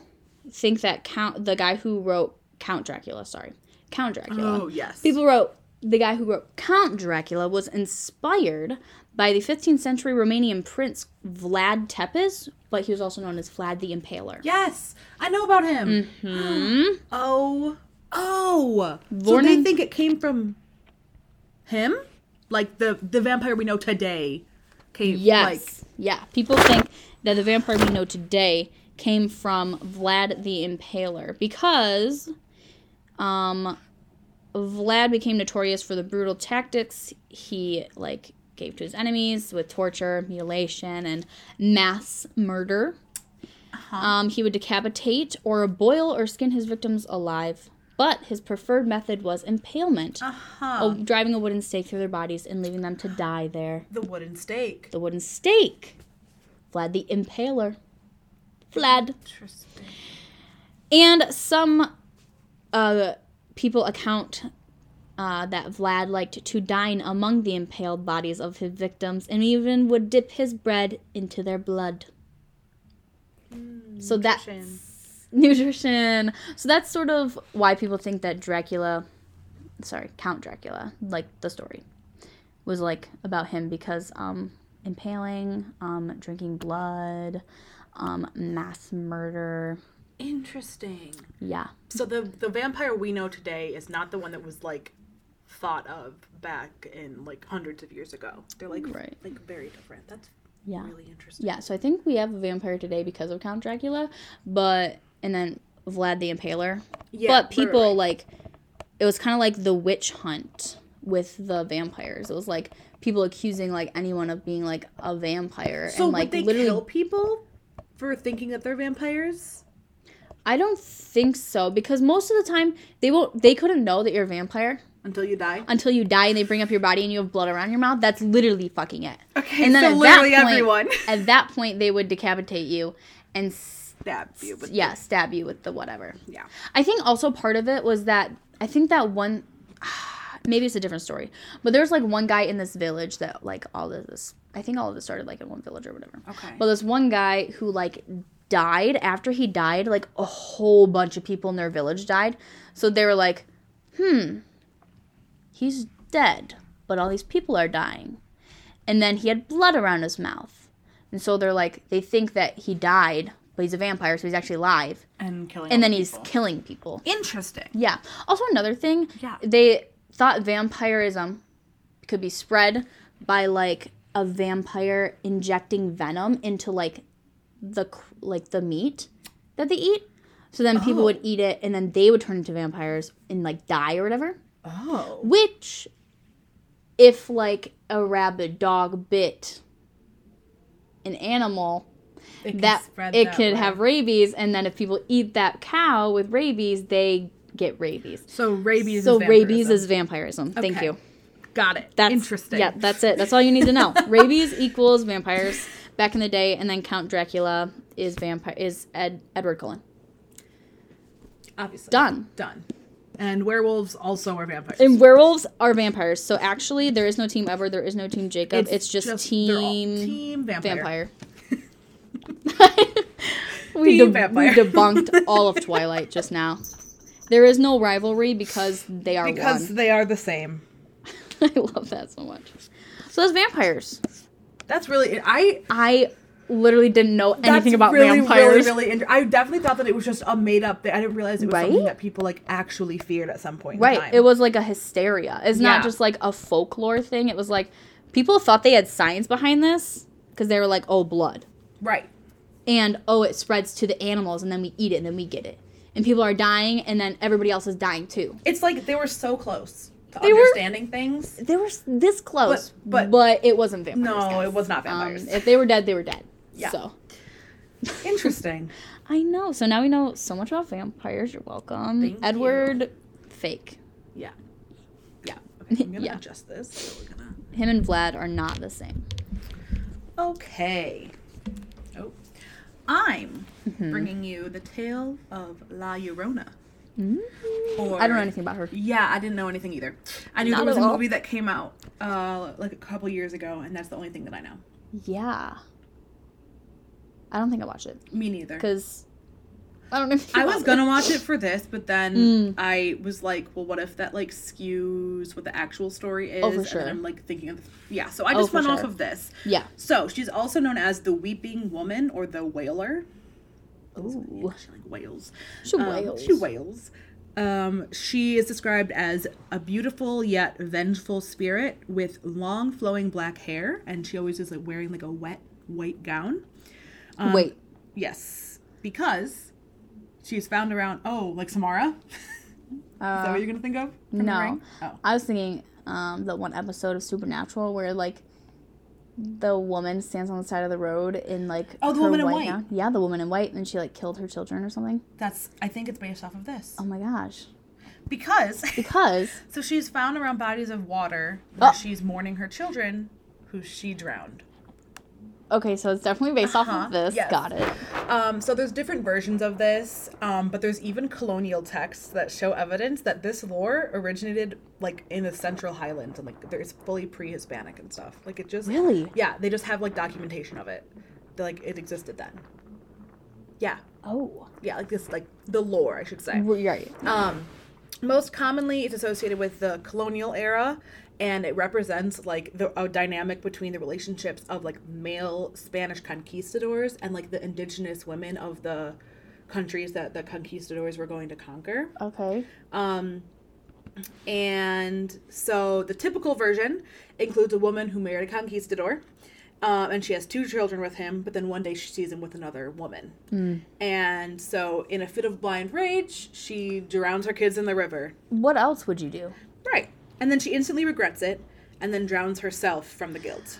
S2: think that Count, the guy who wrote Count Dracula, sorry, Count Dracula.
S1: Oh, yes.
S2: People wrote the guy who wrote Count Dracula was inspired by the 15th century Romanian prince Vlad Tepes, but he was also known as Vlad the Impaler. Mm-hmm.
S1: Yes, I know about him. oh, oh. So
S2: Born
S1: they
S2: in-
S1: think it came from him, like the the vampire we know today. Came,
S2: Yes. yeah. People think that the vampire we know today came from Vlad the Impaler because um Vlad became notorious for the brutal tactics he like gave to his enemies with torture, mutilation, and mass murder. Um, he would decapitate or boil or skin his victims alive, but his preferred method was impalement,
S1: Like, uh-huh.
S2: o- driving a wooden stake through their bodies and leaving them to die there
S1: The wooden stake.
S2: the wooden stake. Vlad the Impaler. Vlad.
S1: Interesting.
S2: And some uh, people account uh, that Vlad liked to dine among the impaled bodies of his victims and even would dip his bread into their blood. so that's
S1: nutrition.
S2: nutrition. So that's sort of why people think that Dracula, sorry, Count Dracula, like the story, was like about him because um, impaling, um, drinking blood, um, mass murder.
S1: Interesting.
S2: Yeah.
S1: So the the vampire we know today is not the one that was like thought of back in like hundreds of years ago. They're like
S2: Right.
S1: like very different. That's
S2: Yeah.
S1: really interesting.
S2: Yeah, so I think we have a vampire today because of Count Dracula, but and then Vlad the Impaler.
S1: Yeah, right,
S2: but
S1: right,
S2: people
S1: right.
S2: like it was kind of like the witch hunt with the vampires. It was like people accusing like anyone of being like a vampire
S1: So
S2: and
S1: would
S2: like
S1: they
S2: literally
S1: kill people for thinking that they're vampires?
S2: I don't think so because most of the time they won't they couldn't know that you're a vampire
S1: until you die.
S2: until you die and they bring up your body and you have blood around your mouth. That's literally fucking it.
S1: Okay,
S2: and then
S1: so
S2: at
S1: literally
S2: that point,
S1: everyone.
S2: at that point they would decapitate you and
S1: Stab you, but
S2: yeah, stab you with the whatever.
S1: yeah.
S2: I think also part of it was that I think that one maybe it's a different story, but there's like one guy in this village that like all of this I think all of this started like in one village or whatever.
S1: Okay.
S2: But this one guy who like died after he died, like a whole bunch of people in their village died. So they were like, "Hmm. He's dead, but all these people are dying." And then he had blood around his mouth. And so they're like they think that he died, but he's a vampire, so he's actually alive
S1: And killing.
S2: and then he's killing people.
S1: interesting.
S2: Yeah. Also another thing,
S1: Yeah.
S2: they thought vampirism could be spread by like a vampire injecting venom into like the c- like the meat that they eat. So then people would
S1: Oh.
S2: eat it and then they would turn into vampires and like die or whatever.
S1: Oh.
S2: Which if like a rabid dog bit an animal
S1: It could
S2: that
S1: spread
S2: it
S1: that
S2: could
S1: way.
S2: have rabies and then if people eat that cow with rabies they get rabies
S1: So rabies.
S2: so
S1: is
S2: rabies
S1: vampirism.
S2: is vampirism thank
S1: Okay.
S2: you
S1: got it.
S2: that's
S1: interesting.
S2: yeah that's it that's all you need to know rabies equals vampires back in the day and then count dracula is vampire is Ed, edward cullen
S1: obviously
S2: done
S1: Done. And werewolves also are vampires.
S2: and werewolves are vampires so actually there is no team ever there is no team jacob it's, just,
S1: they're all
S2: team
S1: team vampire.
S2: vampire. we,
S1: Team
S2: de-
S1: vampire.
S2: we debunked all of Twilight just now. There is no rivalry because they are
S1: Because
S2: one.
S1: they are the same.
S2: I love that so much. So those vampires.
S1: That's really I
S2: I literally didn't know anything
S1: that's
S2: about
S1: really,
S2: vampires.
S1: Really, really, inter- I definitely thought that it was just a made up. thing. I didn't realize it was something
S2: Right?
S1: that people like actually feared at some point. In
S2: right.
S1: time.
S2: It was like a hysteria. It's
S1: Yeah.
S2: not just like a folklore thing. It was like people thought they had science behind this because they were like, oh, blood.
S1: right.
S2: and oh it spreads to the animals and then we eat it and then we get it and people are dying and then everybody else is dying too
S1: It's like they were so close to
S2: They were-
S1: understanding things.
S2: they were s- this close
S1: But-
S2: but
S1: but-
S2: but, it wasn't vampires
S1: No,
S2: guys.
S1: it was not
S2: um,
S1: vampires.
S2: if they were dead they were dead
S1: Yeah.
S2: so
S1: Interesting.
S2: i know so now we know so much about vampires you're welcome
S1: Thank
S2: edward fake
S1: Yeah.
S2: yeah
S1: Okay, I'm gonna
S2: Yeah.
S1: adjust this. So we're gonna.
S2: him and vlad are not the same
S1: Okay. Oh, I'm
S2: Mm-hmm.
S1: bringing you the tale of La Llorona. Or,
S2: Mm. i don't know anything about her
S1: Yeah, I didn't know anything either. I knew
S2: Not
S1: there was
S2: at
S1: a
S2: all.
S1: movie that came out uh, like a couple years ago, and that's the only thing that I know.
S2: yeah i don't think i watched it
S1: Me neither.
S2: because I don't know. If you
S1: I was
S2: want
S1: gonna
S2: it.
S1: watch it for this, but
S2: Mm.
S1: then I was like, well, what if that like skews what the actual story is?
S2: Oh, for sure.
S1: And then I'm like thinking of yeah. So I
S2: Oh,
S1: just
S2: for
S1: went off
S2: sure.
S1: of this.
S2: Yeah.
S1: So she's also known as the Weeping Woman or the Wailer.
S2: Ooh.
S1: She like wails.
S2: She
S1: Um,
S2: wails.
S1: She wails. Um, she is described as a beautiful yet vengeful spirit with long flowing black hair, and she always is like wearing like a wet white gown. um,
S2: Wait.
S1: Yes, because she is found around. Oh, like Samara. is that what you're gonna think of? from The
S2: no.
S1: Ring? Oh.
S2: I was thinking um, that one episode of Supernatural where like the woman stands on the side of the road in like
S1: Oh, the woman in white.
S2: gown. Yeah, the woman in white, and she like killed her children or something.
S1: That's. I think it's based off of this
S2: Oh my gosh!
S1: because.
S2: Because
S1: so she's found around bodies of water where
S2: Oh.
S1: she's mourning her children, who she drowned.
S2: okay, so it's definitely based off
S1: Uh-huh.
S2: of this.
S1: Yes.
S2: Got it.
S1: Um, so there's different versions of this, um, but there's even colonial texts that show evidence that this lore originated like in the Central Highlands and like there's fully pre-Hispanic and stuff. Like it just
S2: Really?
S1: yeah, they just have like documentation of it. That, like it existed then. Yeah,
S2: Oh,
S1: yeah, like this like the lore I should say.
S2: We're right.
S1: Um, most commonly, it's associated with the colonial era, and it represents like the a dynamic between the relationships of like male Spanish conquistadors and like the indigenous women of the countries that the conquistadors were going to conquer.
S2: Okay.
S1: Um, and so the typical version includes a woman who married a conquistador, um, and she has two children with him. But then one day she sees him with another woman, and so in a fit of blind rage, she drowns her kids in the river.
S2: What else would you do?
S1: Right, and then she instantly regrets it, and then drowns herself from the guilt.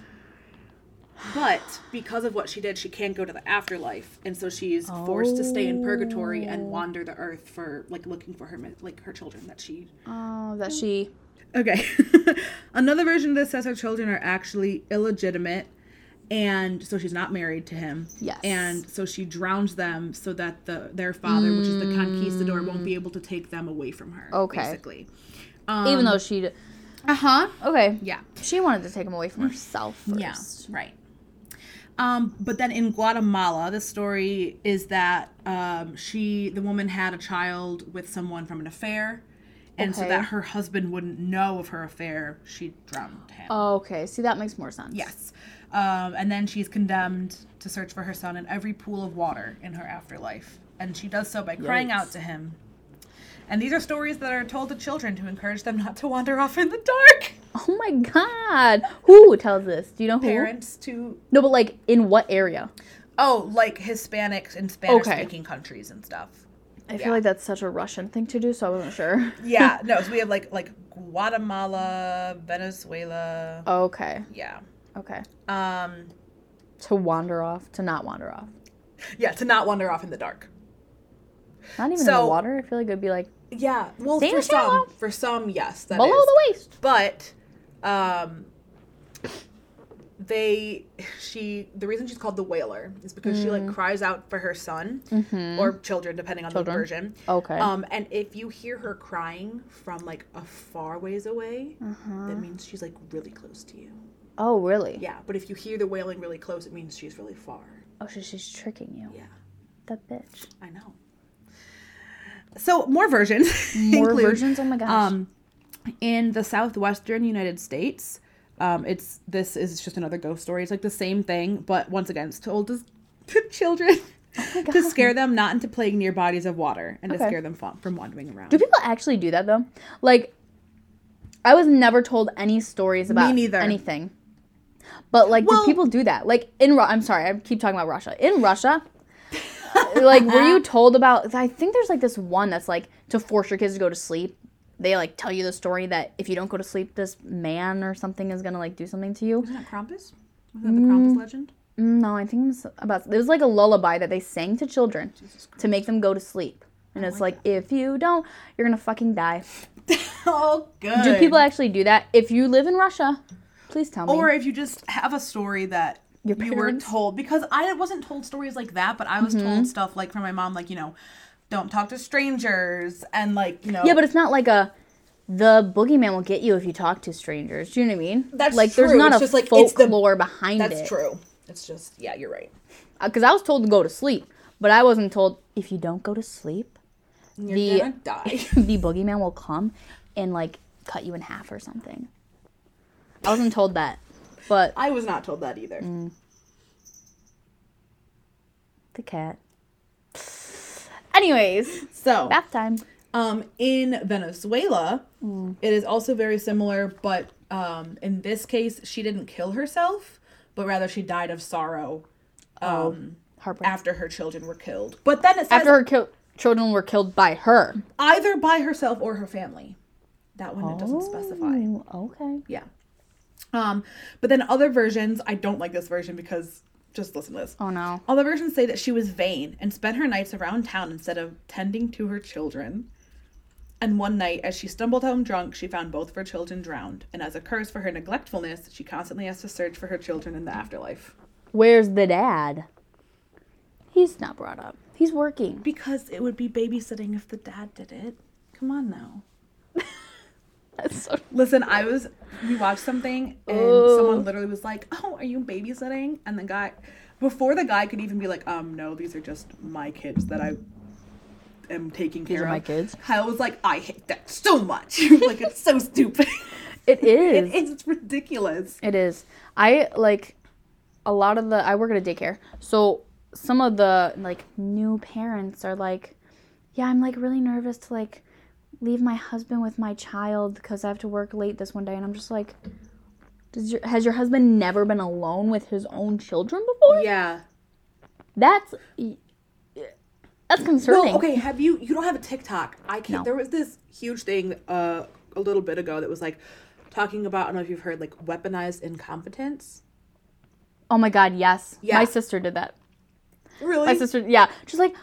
S1: But because of what she did, she can't go to the afterlife, and so she's forced to stay in purgatory and wander the earth for like looking for her mi- like her children that she
S2: Oh,
S1: Hmm.
S2: that she.
S1: Okay. Another version of this says her children are actually illegitimate, and so she's not married to him.
S2: Yes.
S1: And so she drowns them so that the their father, which is the conquistador, won't be able to take them away from her.
S2: Mm. Okay.
S1: Basically.
S2: even though she.
S1: Uh
S2: Uh-huh.
S1: huh.
S2: Okay.
S1: Yeah.
S2: She wanted to take him away from herself first.
S1: Yeah. Right. Um, but then in Guatemala, the story is that um, she, the woman, had a child with someone from an affair, and so
S2: Okay.
S1: that her husband wouldn't know of her affair, she drowned him.
S2: Okay. See, that makes more sense.
S1: Yes. Um, and then she's condemned to search for her son in every pool of water in her afterlife. And she does so by crying out
S2: Yikes.
S1: to him. And these are stories that are told to children to encourage them not to wander off in the dark.
S2: Oh my God. Who tells this? Do you know who?
S1: Parents to,
S2: No, but like in what area?
S1: oh, like Hispanics and Spanish speaking countries and stuff.
S2: I
S1: Yeah.
S2: feel like that's such a Russian thing to do, so I wasn't sure.
S1: Yeah, no, so we have like like Guatemala, Venezuela.
S2: Okay.
S1: Yeah.
S2: Okay.
S1: Um
S2: To wander off, to not wander off.
S1: yeah, to not wander off in the dark.
S2: Not even in
S1: So-
S2: the water. I feel like it'd be like
S1: Yeah. Well,
S2: Stay in
S1: for
S2: the shallow.
S1: some, for some, yes, that
S2: below
S1: is.
S2: the waist.
S1: but um they she the reason she's called the whaler is because she
S2: Mm.
S1: like cries out for her son or children depending on
S2: Mm-hmm. Children. Oh,
S1: the version
S2: Okay.
S1: um and if you hear her crying from like a far ways away
S2: Mm-hmm.
S1: that means she's like really close to you
S2: oh, really?
S1: yeah but if you hear the wailing really close it means she's really far
S2: Oh, so she's tricking you.
S1: yeah
S2: That bitch.
S1: i know so more versions
S2: More
S1: include-
S2: versions? Oh my gosh.
S1: Um, in the southwestern United States, um, it's this is just another ghost story. It's like the same thing, but once again, it's told to, to children
S2: Oh my
S1: to
S2: God.
S1: scare them not into playing near bodies of water and to
S2: Okay.
S1: scare them from, from wandering around.
S2: do people actually do that though? Like, I was never told any stories about
S1: neither.
S2: anything. But like,
S1: Well-
S2: do people do that? Like in Ru- I'm sorry, I keep talking about Russia. In Russia, like, were you told about? I think there's like this one that's like to force your kids to go to sleep. They like tell you the story that if you don't go to sleep, this man or something is gonna like do something to you.
S1: Isn't that Krampus? Isn't that the Krampus legend?
S2: Mm, No, I think it was about it was like a lullaby that they sang to children to make them go to sleep. And it's like, if you don't, you're gonna fucking die.
S1: Oh, good.
S2: Do people actually do that? If you live in Russia, please tell me.
S1: or if you just have a story that
S2: Your
S1: you were
S2: parents? Mm-hmm.
S1: told because I wasn't told stories like that, but I was told stuff like from my mom, like you know, don't talk to strangers and like you know.
S2: yeah, but it's not like a the boogeyman will get you if you talk to strangers. Do you know what I mean?
S1: That's
S2: like there's
S1: true.
S2: not
S1: It's
S2: a
S1: just like, it's the-
S2: folklore behind it. Uh,
S1: that's true. It's just yeah, you're right.
S2: Because I was told to go to sleep, But I wasn't told if you don't go to sleep,
S1: You're
S2: The-
S1: gonna die.
S2: the boogeyman will come and like cut you in half or something. I wasn't told that, but
S1: I was not told that either.
S2: Mm. the cat. Anyways,
S1: So
S2: bath time.
S1: Um, in Venezuela,
S2: Mm.
S1: it is also very similar, but um, in this case, she didn't kill herself, but rather she died of sorrow um,
S2: Heartbreak.
S1: after her children were killed. But then it says
S2: After her kill- children were killed by her.
S1: either by herself or her family. That one it doesn't
S2: Oh.
S1: specify.
S2: okay.
S1: Yeah. Um, but then other versions, I don't like this version because just listen to this.
S2: Oh no.
S1: Other versions say that she was vain and spent her nights around town instead of tending to her children. And one night, as she stumbled home drunk, she found both of her children drowned. And as a curse for her neglectfulness, she constantly has to search for her children in the afterlife.
S2: Where's the dad? He's not brought up. He's working.
S1: Because it would be babysitting if the dad did it. Come on now.
S2: That's so
S1: Listen, I was we watched something and
S2: Ooh.
S1: someone literally was like, "Oh, are you babysitting?" And the guy, before the guy could even be like, "Um, no, these are just my kids that I am taking care
S2: are
S1: of."
S2: my kids.
S1: Kyle was like, "I hate that so much. like it's so stupid.
S2: It
S1: it
S2: is.
S1: is ridiculous."
S2: It is. I like a lot of the I work at a daycare. So some of the like new parents are like, "Yeah, I'm like really nervous to like leave my husband with my child because I have to work late this one day." And I'm just like, "Does your has your husband never been alone with his own children before?"
S1: Yeah.
S2: That's that's concerning.
S1: Well, okay, have you you don't have a TikTok. I can't
S2: No.
S1: there was this huge thing uh a little bit ago that was like talking about I don't know if you've heard like weaponized incompetence.
S2: Oh my god, yes.
S1: Yeah.
S2: My sister did that.
S1: Really?
S2: My sister, yeah, she's like,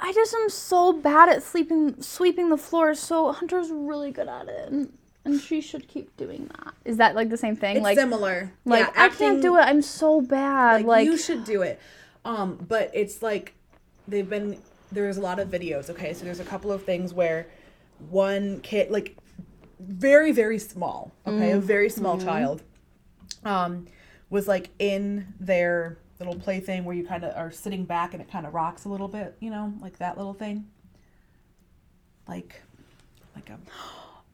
S2: I just am so bad at sleeping sweeping the floor. So Hunter's really good at it, and, and she should keep doing that. Is that like the same thing?
S1: It's
S2: like,
S1: similar.
S2: like
S1: yeah,
S2: I can't do it. I'm so bad. Like,
S1: you should do it. Um, but it's like they've been there's a lot of videos, okay? So there's a couple of things where one kid like very, very small, okay, a very small child, um, was like in their little play thing where you kind of are sitting back and it kind of rocks a little bit, you know, like that little thing. Like like a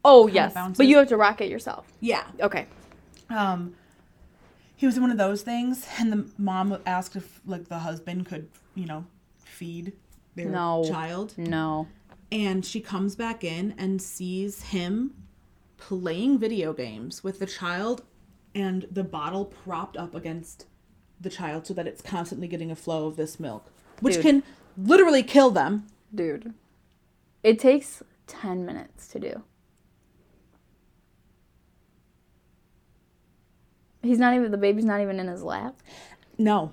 S2: oh yes, but
S1: bounces.
S2: you have to rock it yourself.
S1: Yeah.
S2: Okay.
S1: um he was in one of those things and the mom asked if like the husband could you know feed their
S2: No.
S1: child
S2: No.
S1: and she comes back in and sees him playing video games with the child and the bottle propped up against the child so that it's constantly getting a flow of this milk which
S2: Dude.
S1: can literally kill them
S2: dude. It takes ten minutes to do. He's not even the baby's not even in his lap.
S1: no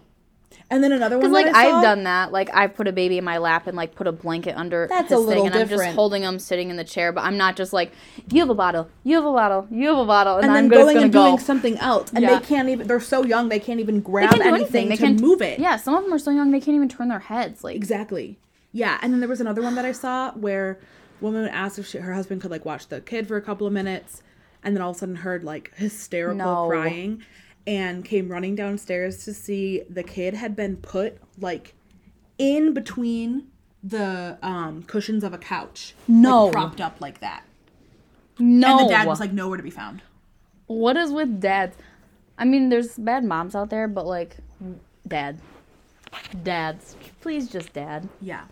S1: and then another one
S2: Because
S1: that
S2: like
S1: I saw-
S2: I've done that. Like I've put a baby in my lap and like put a blanket under
S1: That's
S2: his
S1: a little
S2: thing, and I'm
S1: different.
S2: just holding him sitting in the chair. But I'm not just like you have a bottle, you have a bottle, you have a bottle, and,
S1: and
S2: I'm
S1: then
S2: just
S1: going
S2: gonna
S1: and
S2: go.
S1: doing something else and
S2: Yeah.
S1: they can't even they're so young they can't even
S2: they
S1: grab
S2: can't do
S1: anything,
S2: anything. They
S1: to
S2: can't
S1: move it
S2: Yeah, some of them are so young they can't even turn their heads. Like
S1: Exactly. Yeah, and then there was another one that I saw where a woman asked if she, her husband could like watch the kid for a couple of minutes, and then all of a sudden heard like hysterical
S2: No.
S1: crying, and came running downstairs to see the kid had been put like in between the um, cushions of a couch, like,
S2: No.
S1: propped up like that,
S2: no,
S1: and the dad was like nowhere to be found.
S2: what is with dads? I mean, there's bad moms out there, but like, dad, dads, please just dad,
S1: Yeah,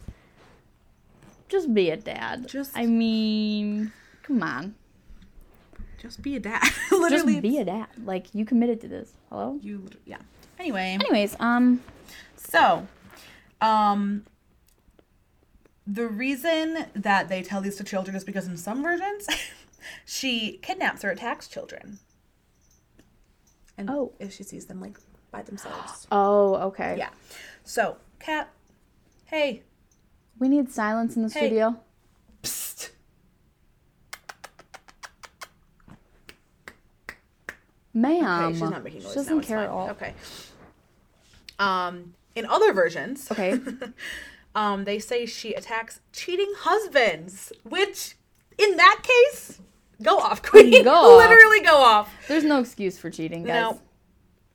S2: just be a dad.
S1: Just-
S2: I mean, come on,
S1: just be a dad. Literally,
S2: just be a dad. Like you committed to this. Hello.
S1: you. Yeah. Anyway.
S2: Anyways, um,
S1: So, um, the reason that they tell these to children is because in some versions, she kidnaps or attacks children. And
S2: Oh.
S1: if she sees them like by themselves.
S2: Oh, okay.
S1: yeah. So, cat. Hey.
S2: We need silence in the
S1: Hey.
S2: studio.
S1: Psst.
S2: Ma'am.
S1: Okay, she's not making noise.
S2: Um, She doesn't
S1: now, it's
S2: care at
S1: fine.
S2: all.
S1: Okay. Um, in other versions,
S2: Okay.
S1: um, they say she attacks cheating husbands, which, in that case, go off, queen.
S2: Go off.
S1: Literally go off.
S2: There's no excuse for cheating, guys.
S1: No,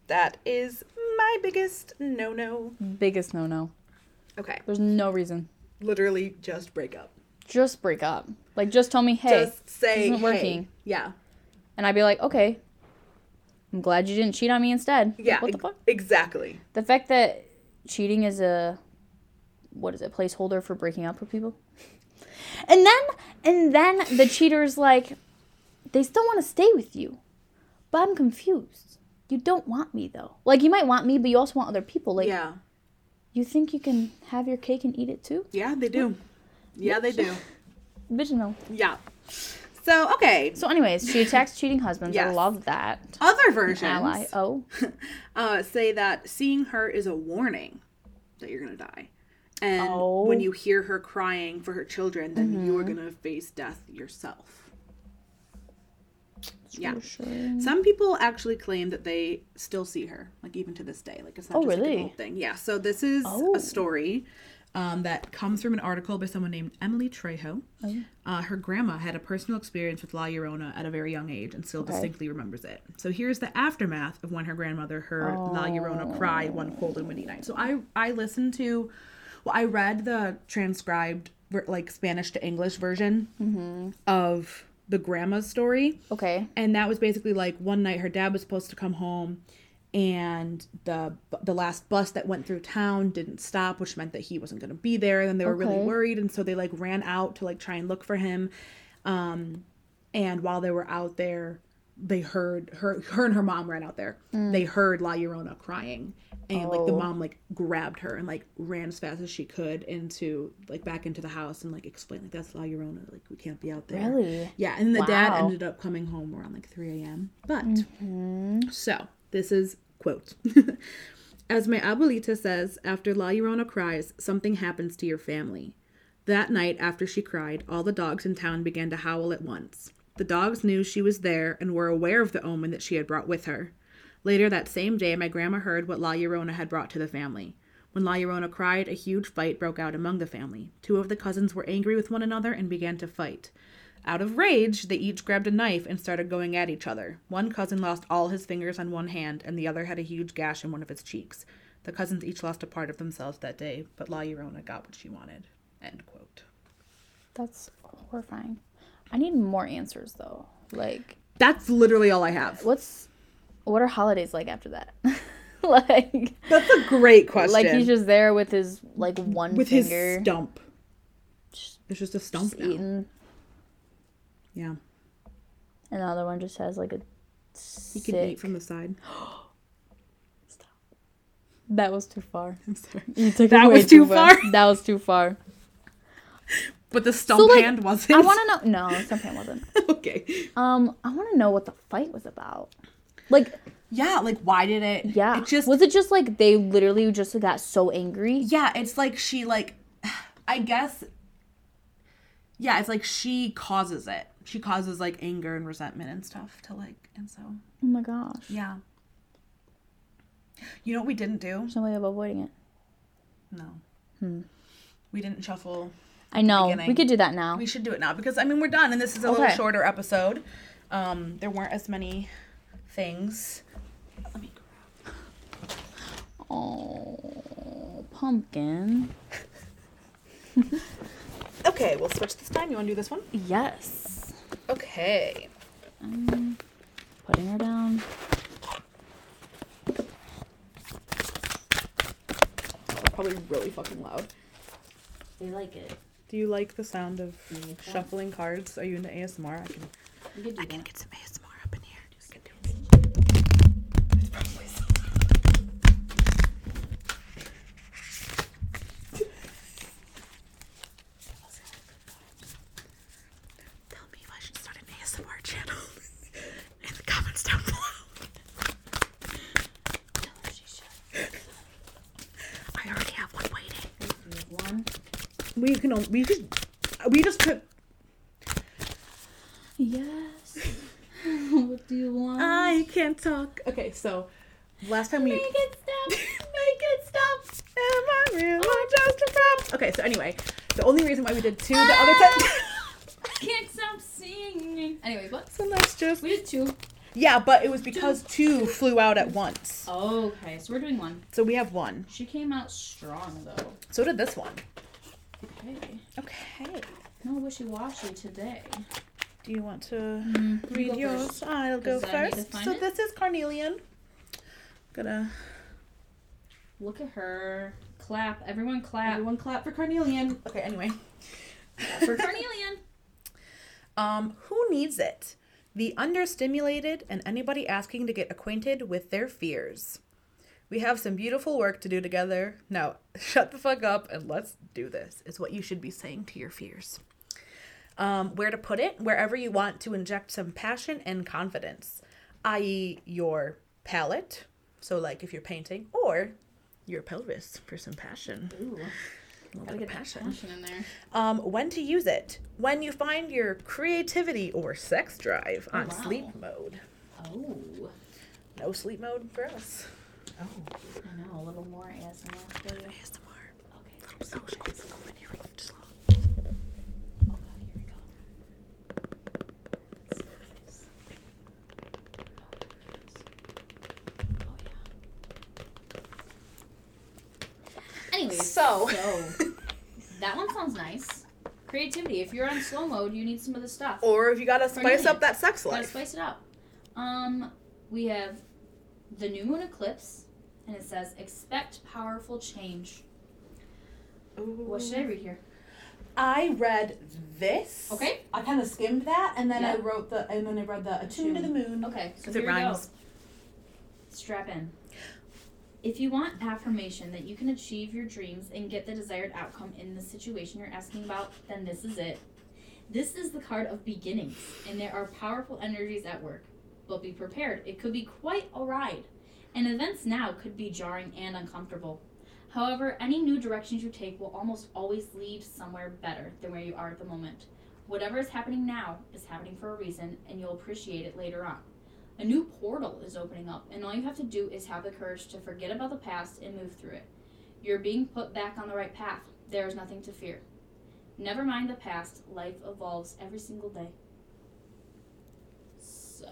S1: that is my biggest no-no.
S2: Biggest no no.
S1: Okay.
S2: There's no reason.
S1: Literally just break up.
S2: Just break up. Like just tell me, hey,
S1: just say
S2: isn't
S1: hey.
S2: working.
S1: Yeah.
S2: and I'd be like, okay. I'm glad you didn't cheat on me instead. Like,
S1: Yeah.
S2: what the
S1: ex-
S2: fuck?
S1: Exactly.
S2: The fact that cheating is a what is it placeholder for breaking up with people, and then and then the cheater's like, they still want to stay with you, but I'm confused. You don't want me though. Like you might want me, but you also want other people. Like
S1: Yeah.
S2: you think you can have your cake and eat it too?
S1: Yeah, they do. Yeah, they do.
S2: Bitch, no.
S1: Yeah. So, okay.
S2: So, anyways, she attacks cheating husbands. I
S1: Yes.
S2: love that.
S1: Other versions
S2: Ally. Oh,
S1: uh, say that seeing her is a warning that you're going to die. And
S2: Oh.
S1: when you hear her crying for her children, then you are going to face death yourself. Yeah.
S2: for sure.
S1: Some people actually claim that they still see her, like even to this day. Like it's not
S2: Oh,
S1: just like,
S2: really?
S1: an old thing. Yeah. So this is
S2: Oh.
S1: a story um, that comes from an article by someone named Emily Trejo.
S2: Oh.
S1: Uh, her grandma had a personal experience with La Llorona at a very young age and still distinctly remembers it. So here's the aftermath of when her grandmother heard La Llorona
S2: Oh.
S1: cry one cold and windy night. So I I listened to, well, I read the transcribed ver- like Spanish to English version
S2: Mm-hmm.
S1: of the grandma's story.
S2: Okay.
S1: And that was basically like one night her dad was supposed to come home and the the last bus that went through town didn't stop which meant that he wasn't going to be there and then they were really
S2: Okay.
S1: worried and so they like ran out to like try and look for him um and while they were out there they heard her her and her mom ran out there they heard la llorona crying and like the
S2: Mm. Oh.
S1: mom like grabbed her and like ran as fast as she could into like back into the house and like explained like that's la llorona like we can't be out there
S2: Really?
S1: yeah, and the dad
S2: Wow.
S1: ended up coming home around like 3 a.m. But so this is quote. As my abuelita says, after La Llorona cries, something happens to your family. That night after she cried, all the dogs in town began to howl at once. The dogs knew she was there and were aware of the omen that she had brought with her. Later that same day, my grandma heard what La Llorona had brought to the family. When La Llorona cried, a huge fight broke out among the family. Two of the cousins were angry with one another and began to fight. Out of rage, they each grabbed a knife and started going at each other. One cousin lost all his fingers on one hand, and the other had a huge gash in one of his cheeks. The cousins each lost a part of themselves that day, but La Llorona got what she wanted. End quote.
S2: That's horrifying. I need more answers though. Like,
S1: That's literally all I have.
S2: what's what are holidays like after that? like,
S1: That's a great question.
S2: like he's just there with his like one
S1: with his
S2: finger
S1: stump. It's just a stump now.
S2: eaten.
S1: Yeah,
S2: And the other one just has like a
S1: he
S2: sick.
S1: can eat from the side.
S2: that was too far.
S1: I'm sorry,
S2: You took it
S1: That
S2: way
S1: was too far.
S2: That was too far.
S1: but the stump
S2: like,
S1: hand wasn't.
S2: I want to know. No, something wasn't.
S1: okay.
S2: Um, I want to know what the fight was about. Like,
S1: Yeah, like why did it?
S2: yeah,
S1: it just
S2: was it just like they literally just got so angry?
S1: yeah it's like she like i guess yeah it's like she causes it she causes like anger and resentment and stuff to like and so
S2: Oh my gosh.
S1: yeah you know what we didn't do
S2: There's no way of avoiding it.
S1: no
S2: Hmm.
S1: we didn't shuffle
S2: I know. We
S1: beginning.
S2: could do that now.
S1: we should do it now because i mean we're done and this is a little
S2: Okay.
S1: shorter episode um there weren't as many things let me
S2: Oh, pumpkin.
S1: grab- okay we'll switch this time you want to do this one
S2: Yes.
S1: okay
S2: Um, putting her down.
S1: probably really fucking loud
S2: They like it.
S1: Do you like the sound of shuffling cards? Are you into ASMR? I can. I can get some ASMR up in here. Just can do it. It's probably so Tell me if I should start an ASMR channel in the comments down below. I already have one waiting.
S2: One.
S1: We can. on- We just. We just put.
S2: Yes. what do you want?
S1: I can't talk. Okay, so last time we
S2: Make it stop.
S1: make it stop. Am I real or just a prop? Okay, so anyway, the only reason why we did two the other time.
S2: Can't stop singing. Anyways, what?
S1: so let's just
S2: We did two.
S1: Yeah, but it was because two flew out at once.
S3: Okay, so we're doing one.
S1: So we have one.
S3: She came out strong though.
S1: So did this one.
S3: Okay.
S1: Okay.
S3: No wishy washy today.
S1: Do you want to
S3: Mm-hmm. you
S1: read
S3: go
S1: yours?
S3: first,
S1: I'll go
S3: 'cause I need to
S1: first.
S3: find
S1: So
S3: it.
S1: this is Carnelian. Gonna
S3: Look at her. Clap. Everyone clap.
S1: one clap for Carnelian. Okay, anyway.
S3: For Carnelian.
S1: Um, who needs it? The understimulated and anybody asking to get acquainted with their fears. We have some beautiful work to do together. Now, shut the fuck up and let's do this, is what you should be saying to your fears. Um, where to put it? Wherever you want to inject some passion and confidence, i.e., your palette. So, like if you're painting, or your pelvis for some passion. A
S3: Ooh.
S1: little
S3: Gotta
S1: bit of
S3: get passion.
S1: passion
S3: in there.
S1: um, when to use it, when you find your creativity or sex drive on
S3: wow.
S1: sleep mode.
S3: Oh.
S1: No sleep mode for us. Oh,
S3: I know. A little more ASMR for you.
S1: ASMR.
S3: Okay.
S1: Little slow shakes. Little mini reach.
S3: Oh god, here we go. That's nice. Oh, yes. Oh, yeah. Anyways,
S1: So-
S3: so that one sounds nice. Creativity. If you're on slow mode, you need some of this stuff.
S1: Or if you gotta spice
S3: Carnelian.
S1: up that sex
S3: Gotta
S1: life.
S3: spice it up. Um, we have the new moon eclipse, and it says expect powerful change. What should I read here?
S1: I read this.
S3: Okay.
S1: I kind of skimmed that, and then
S3: I Yeah.
S1: wrote the, and then I read the
S3: Attune to the
S1: Moon.
S3: Okay, so
S1: Because
S3: here
S1: it rhymes.
S3: we go. Strap in. If you want affirmation that you can achieve your dreams and get the desired outcome in the situation you're asking about, then this is it. This is the card of beginnings, and there are powerful energies at work. But be prepared, it could be quite a ride, and events now could be jarring and uncomfortable. However, any new directions you take will almost always lead somewhere better than where you are at the moment. Whatever is happening now is happening for a reason, and you'll appreciate it later on. A new portal is opening up, and all you have to do is have the courage to forget about the past and move through it. You're being put back on the right path. There is nothing to fear. Never mind the past, life evolves every single day. So,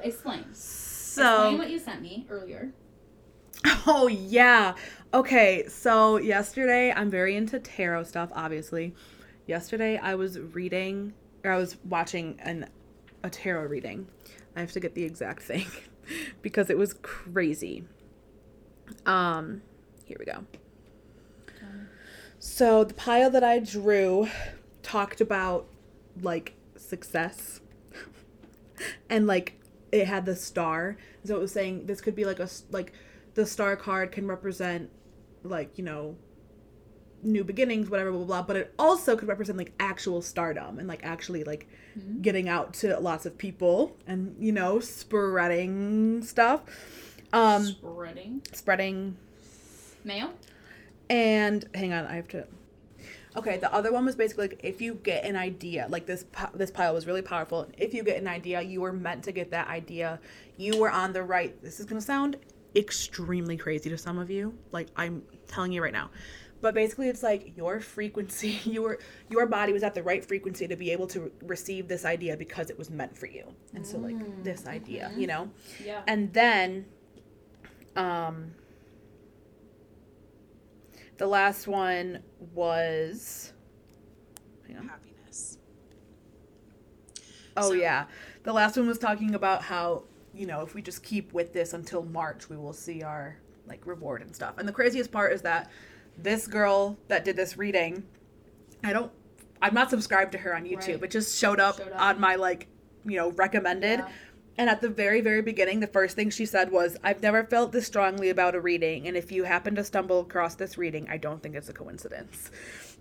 S3: explain. Explain
S1: So.
S3: what you sent me earlier.
S1: Oh yeah. Okay, so yesterday I'm very into tarot stuff, obviously. Yesterday I was reading or I was watching an a tarot reading. I have to get the exact thing because it was crazy. Um here we go. So the pile that I drew talked about like success and like it had the star so it was saying this could be like a s- like the star card can represent like you know new beginnings whatever blah blah blah but it also could represent like actual stardom and like actually like getting out to lots of people and you know spreading stuff um
S3: Spreading.
S1: spreading
S3: Mail?
S1: and hang on, I have to. Okay, the other one was basically like if you get an idea, like this pi- this pile was really powerful. If you get an idea, you were meant to get that idea. You were on the right. This is gonna sound extremely crazy to some of you. Like I'm telling you right now. But basically it's like your frequency, your your body was at the right frequency to be able to re- receive this idea because it was meant for you. And so like this idea, you know.
S3: Yeah.
S1: And then um the last one was hang on.
S4: happiness.
S1: Oh
S4: So-
S1: yeah. The last one was talking about how, you know, if we just keep with this until March, we will see our like reward and stuff. And the craziest part is that this girl that did this reading, I don't I'm not subscribed to her on YouTube.
S3: Right.
S1: It just showed up,
S3: Showed up.
S1: on my like, you know, recommended.
S3: Yeah.
S1: And at the very, very beginning, the first thing she said was, I've never felt this strongly about a reading. And if you happen to stumble across this reading, I don't think it's a coincidence.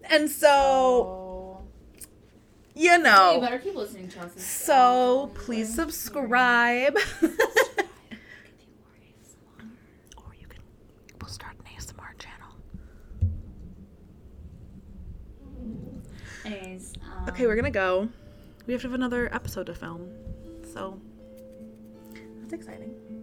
S1: And so, you know.
S3: You better keep listening to us. It's,
S1: Oh. So
S3: um,
S1: please
S3: we're-
S1: subscribe. or you can we'll start an ASMR channel.
S3: Anyways, um,
S1: Okay, we're gonna go. We have to have another episode to film. So that's exciting.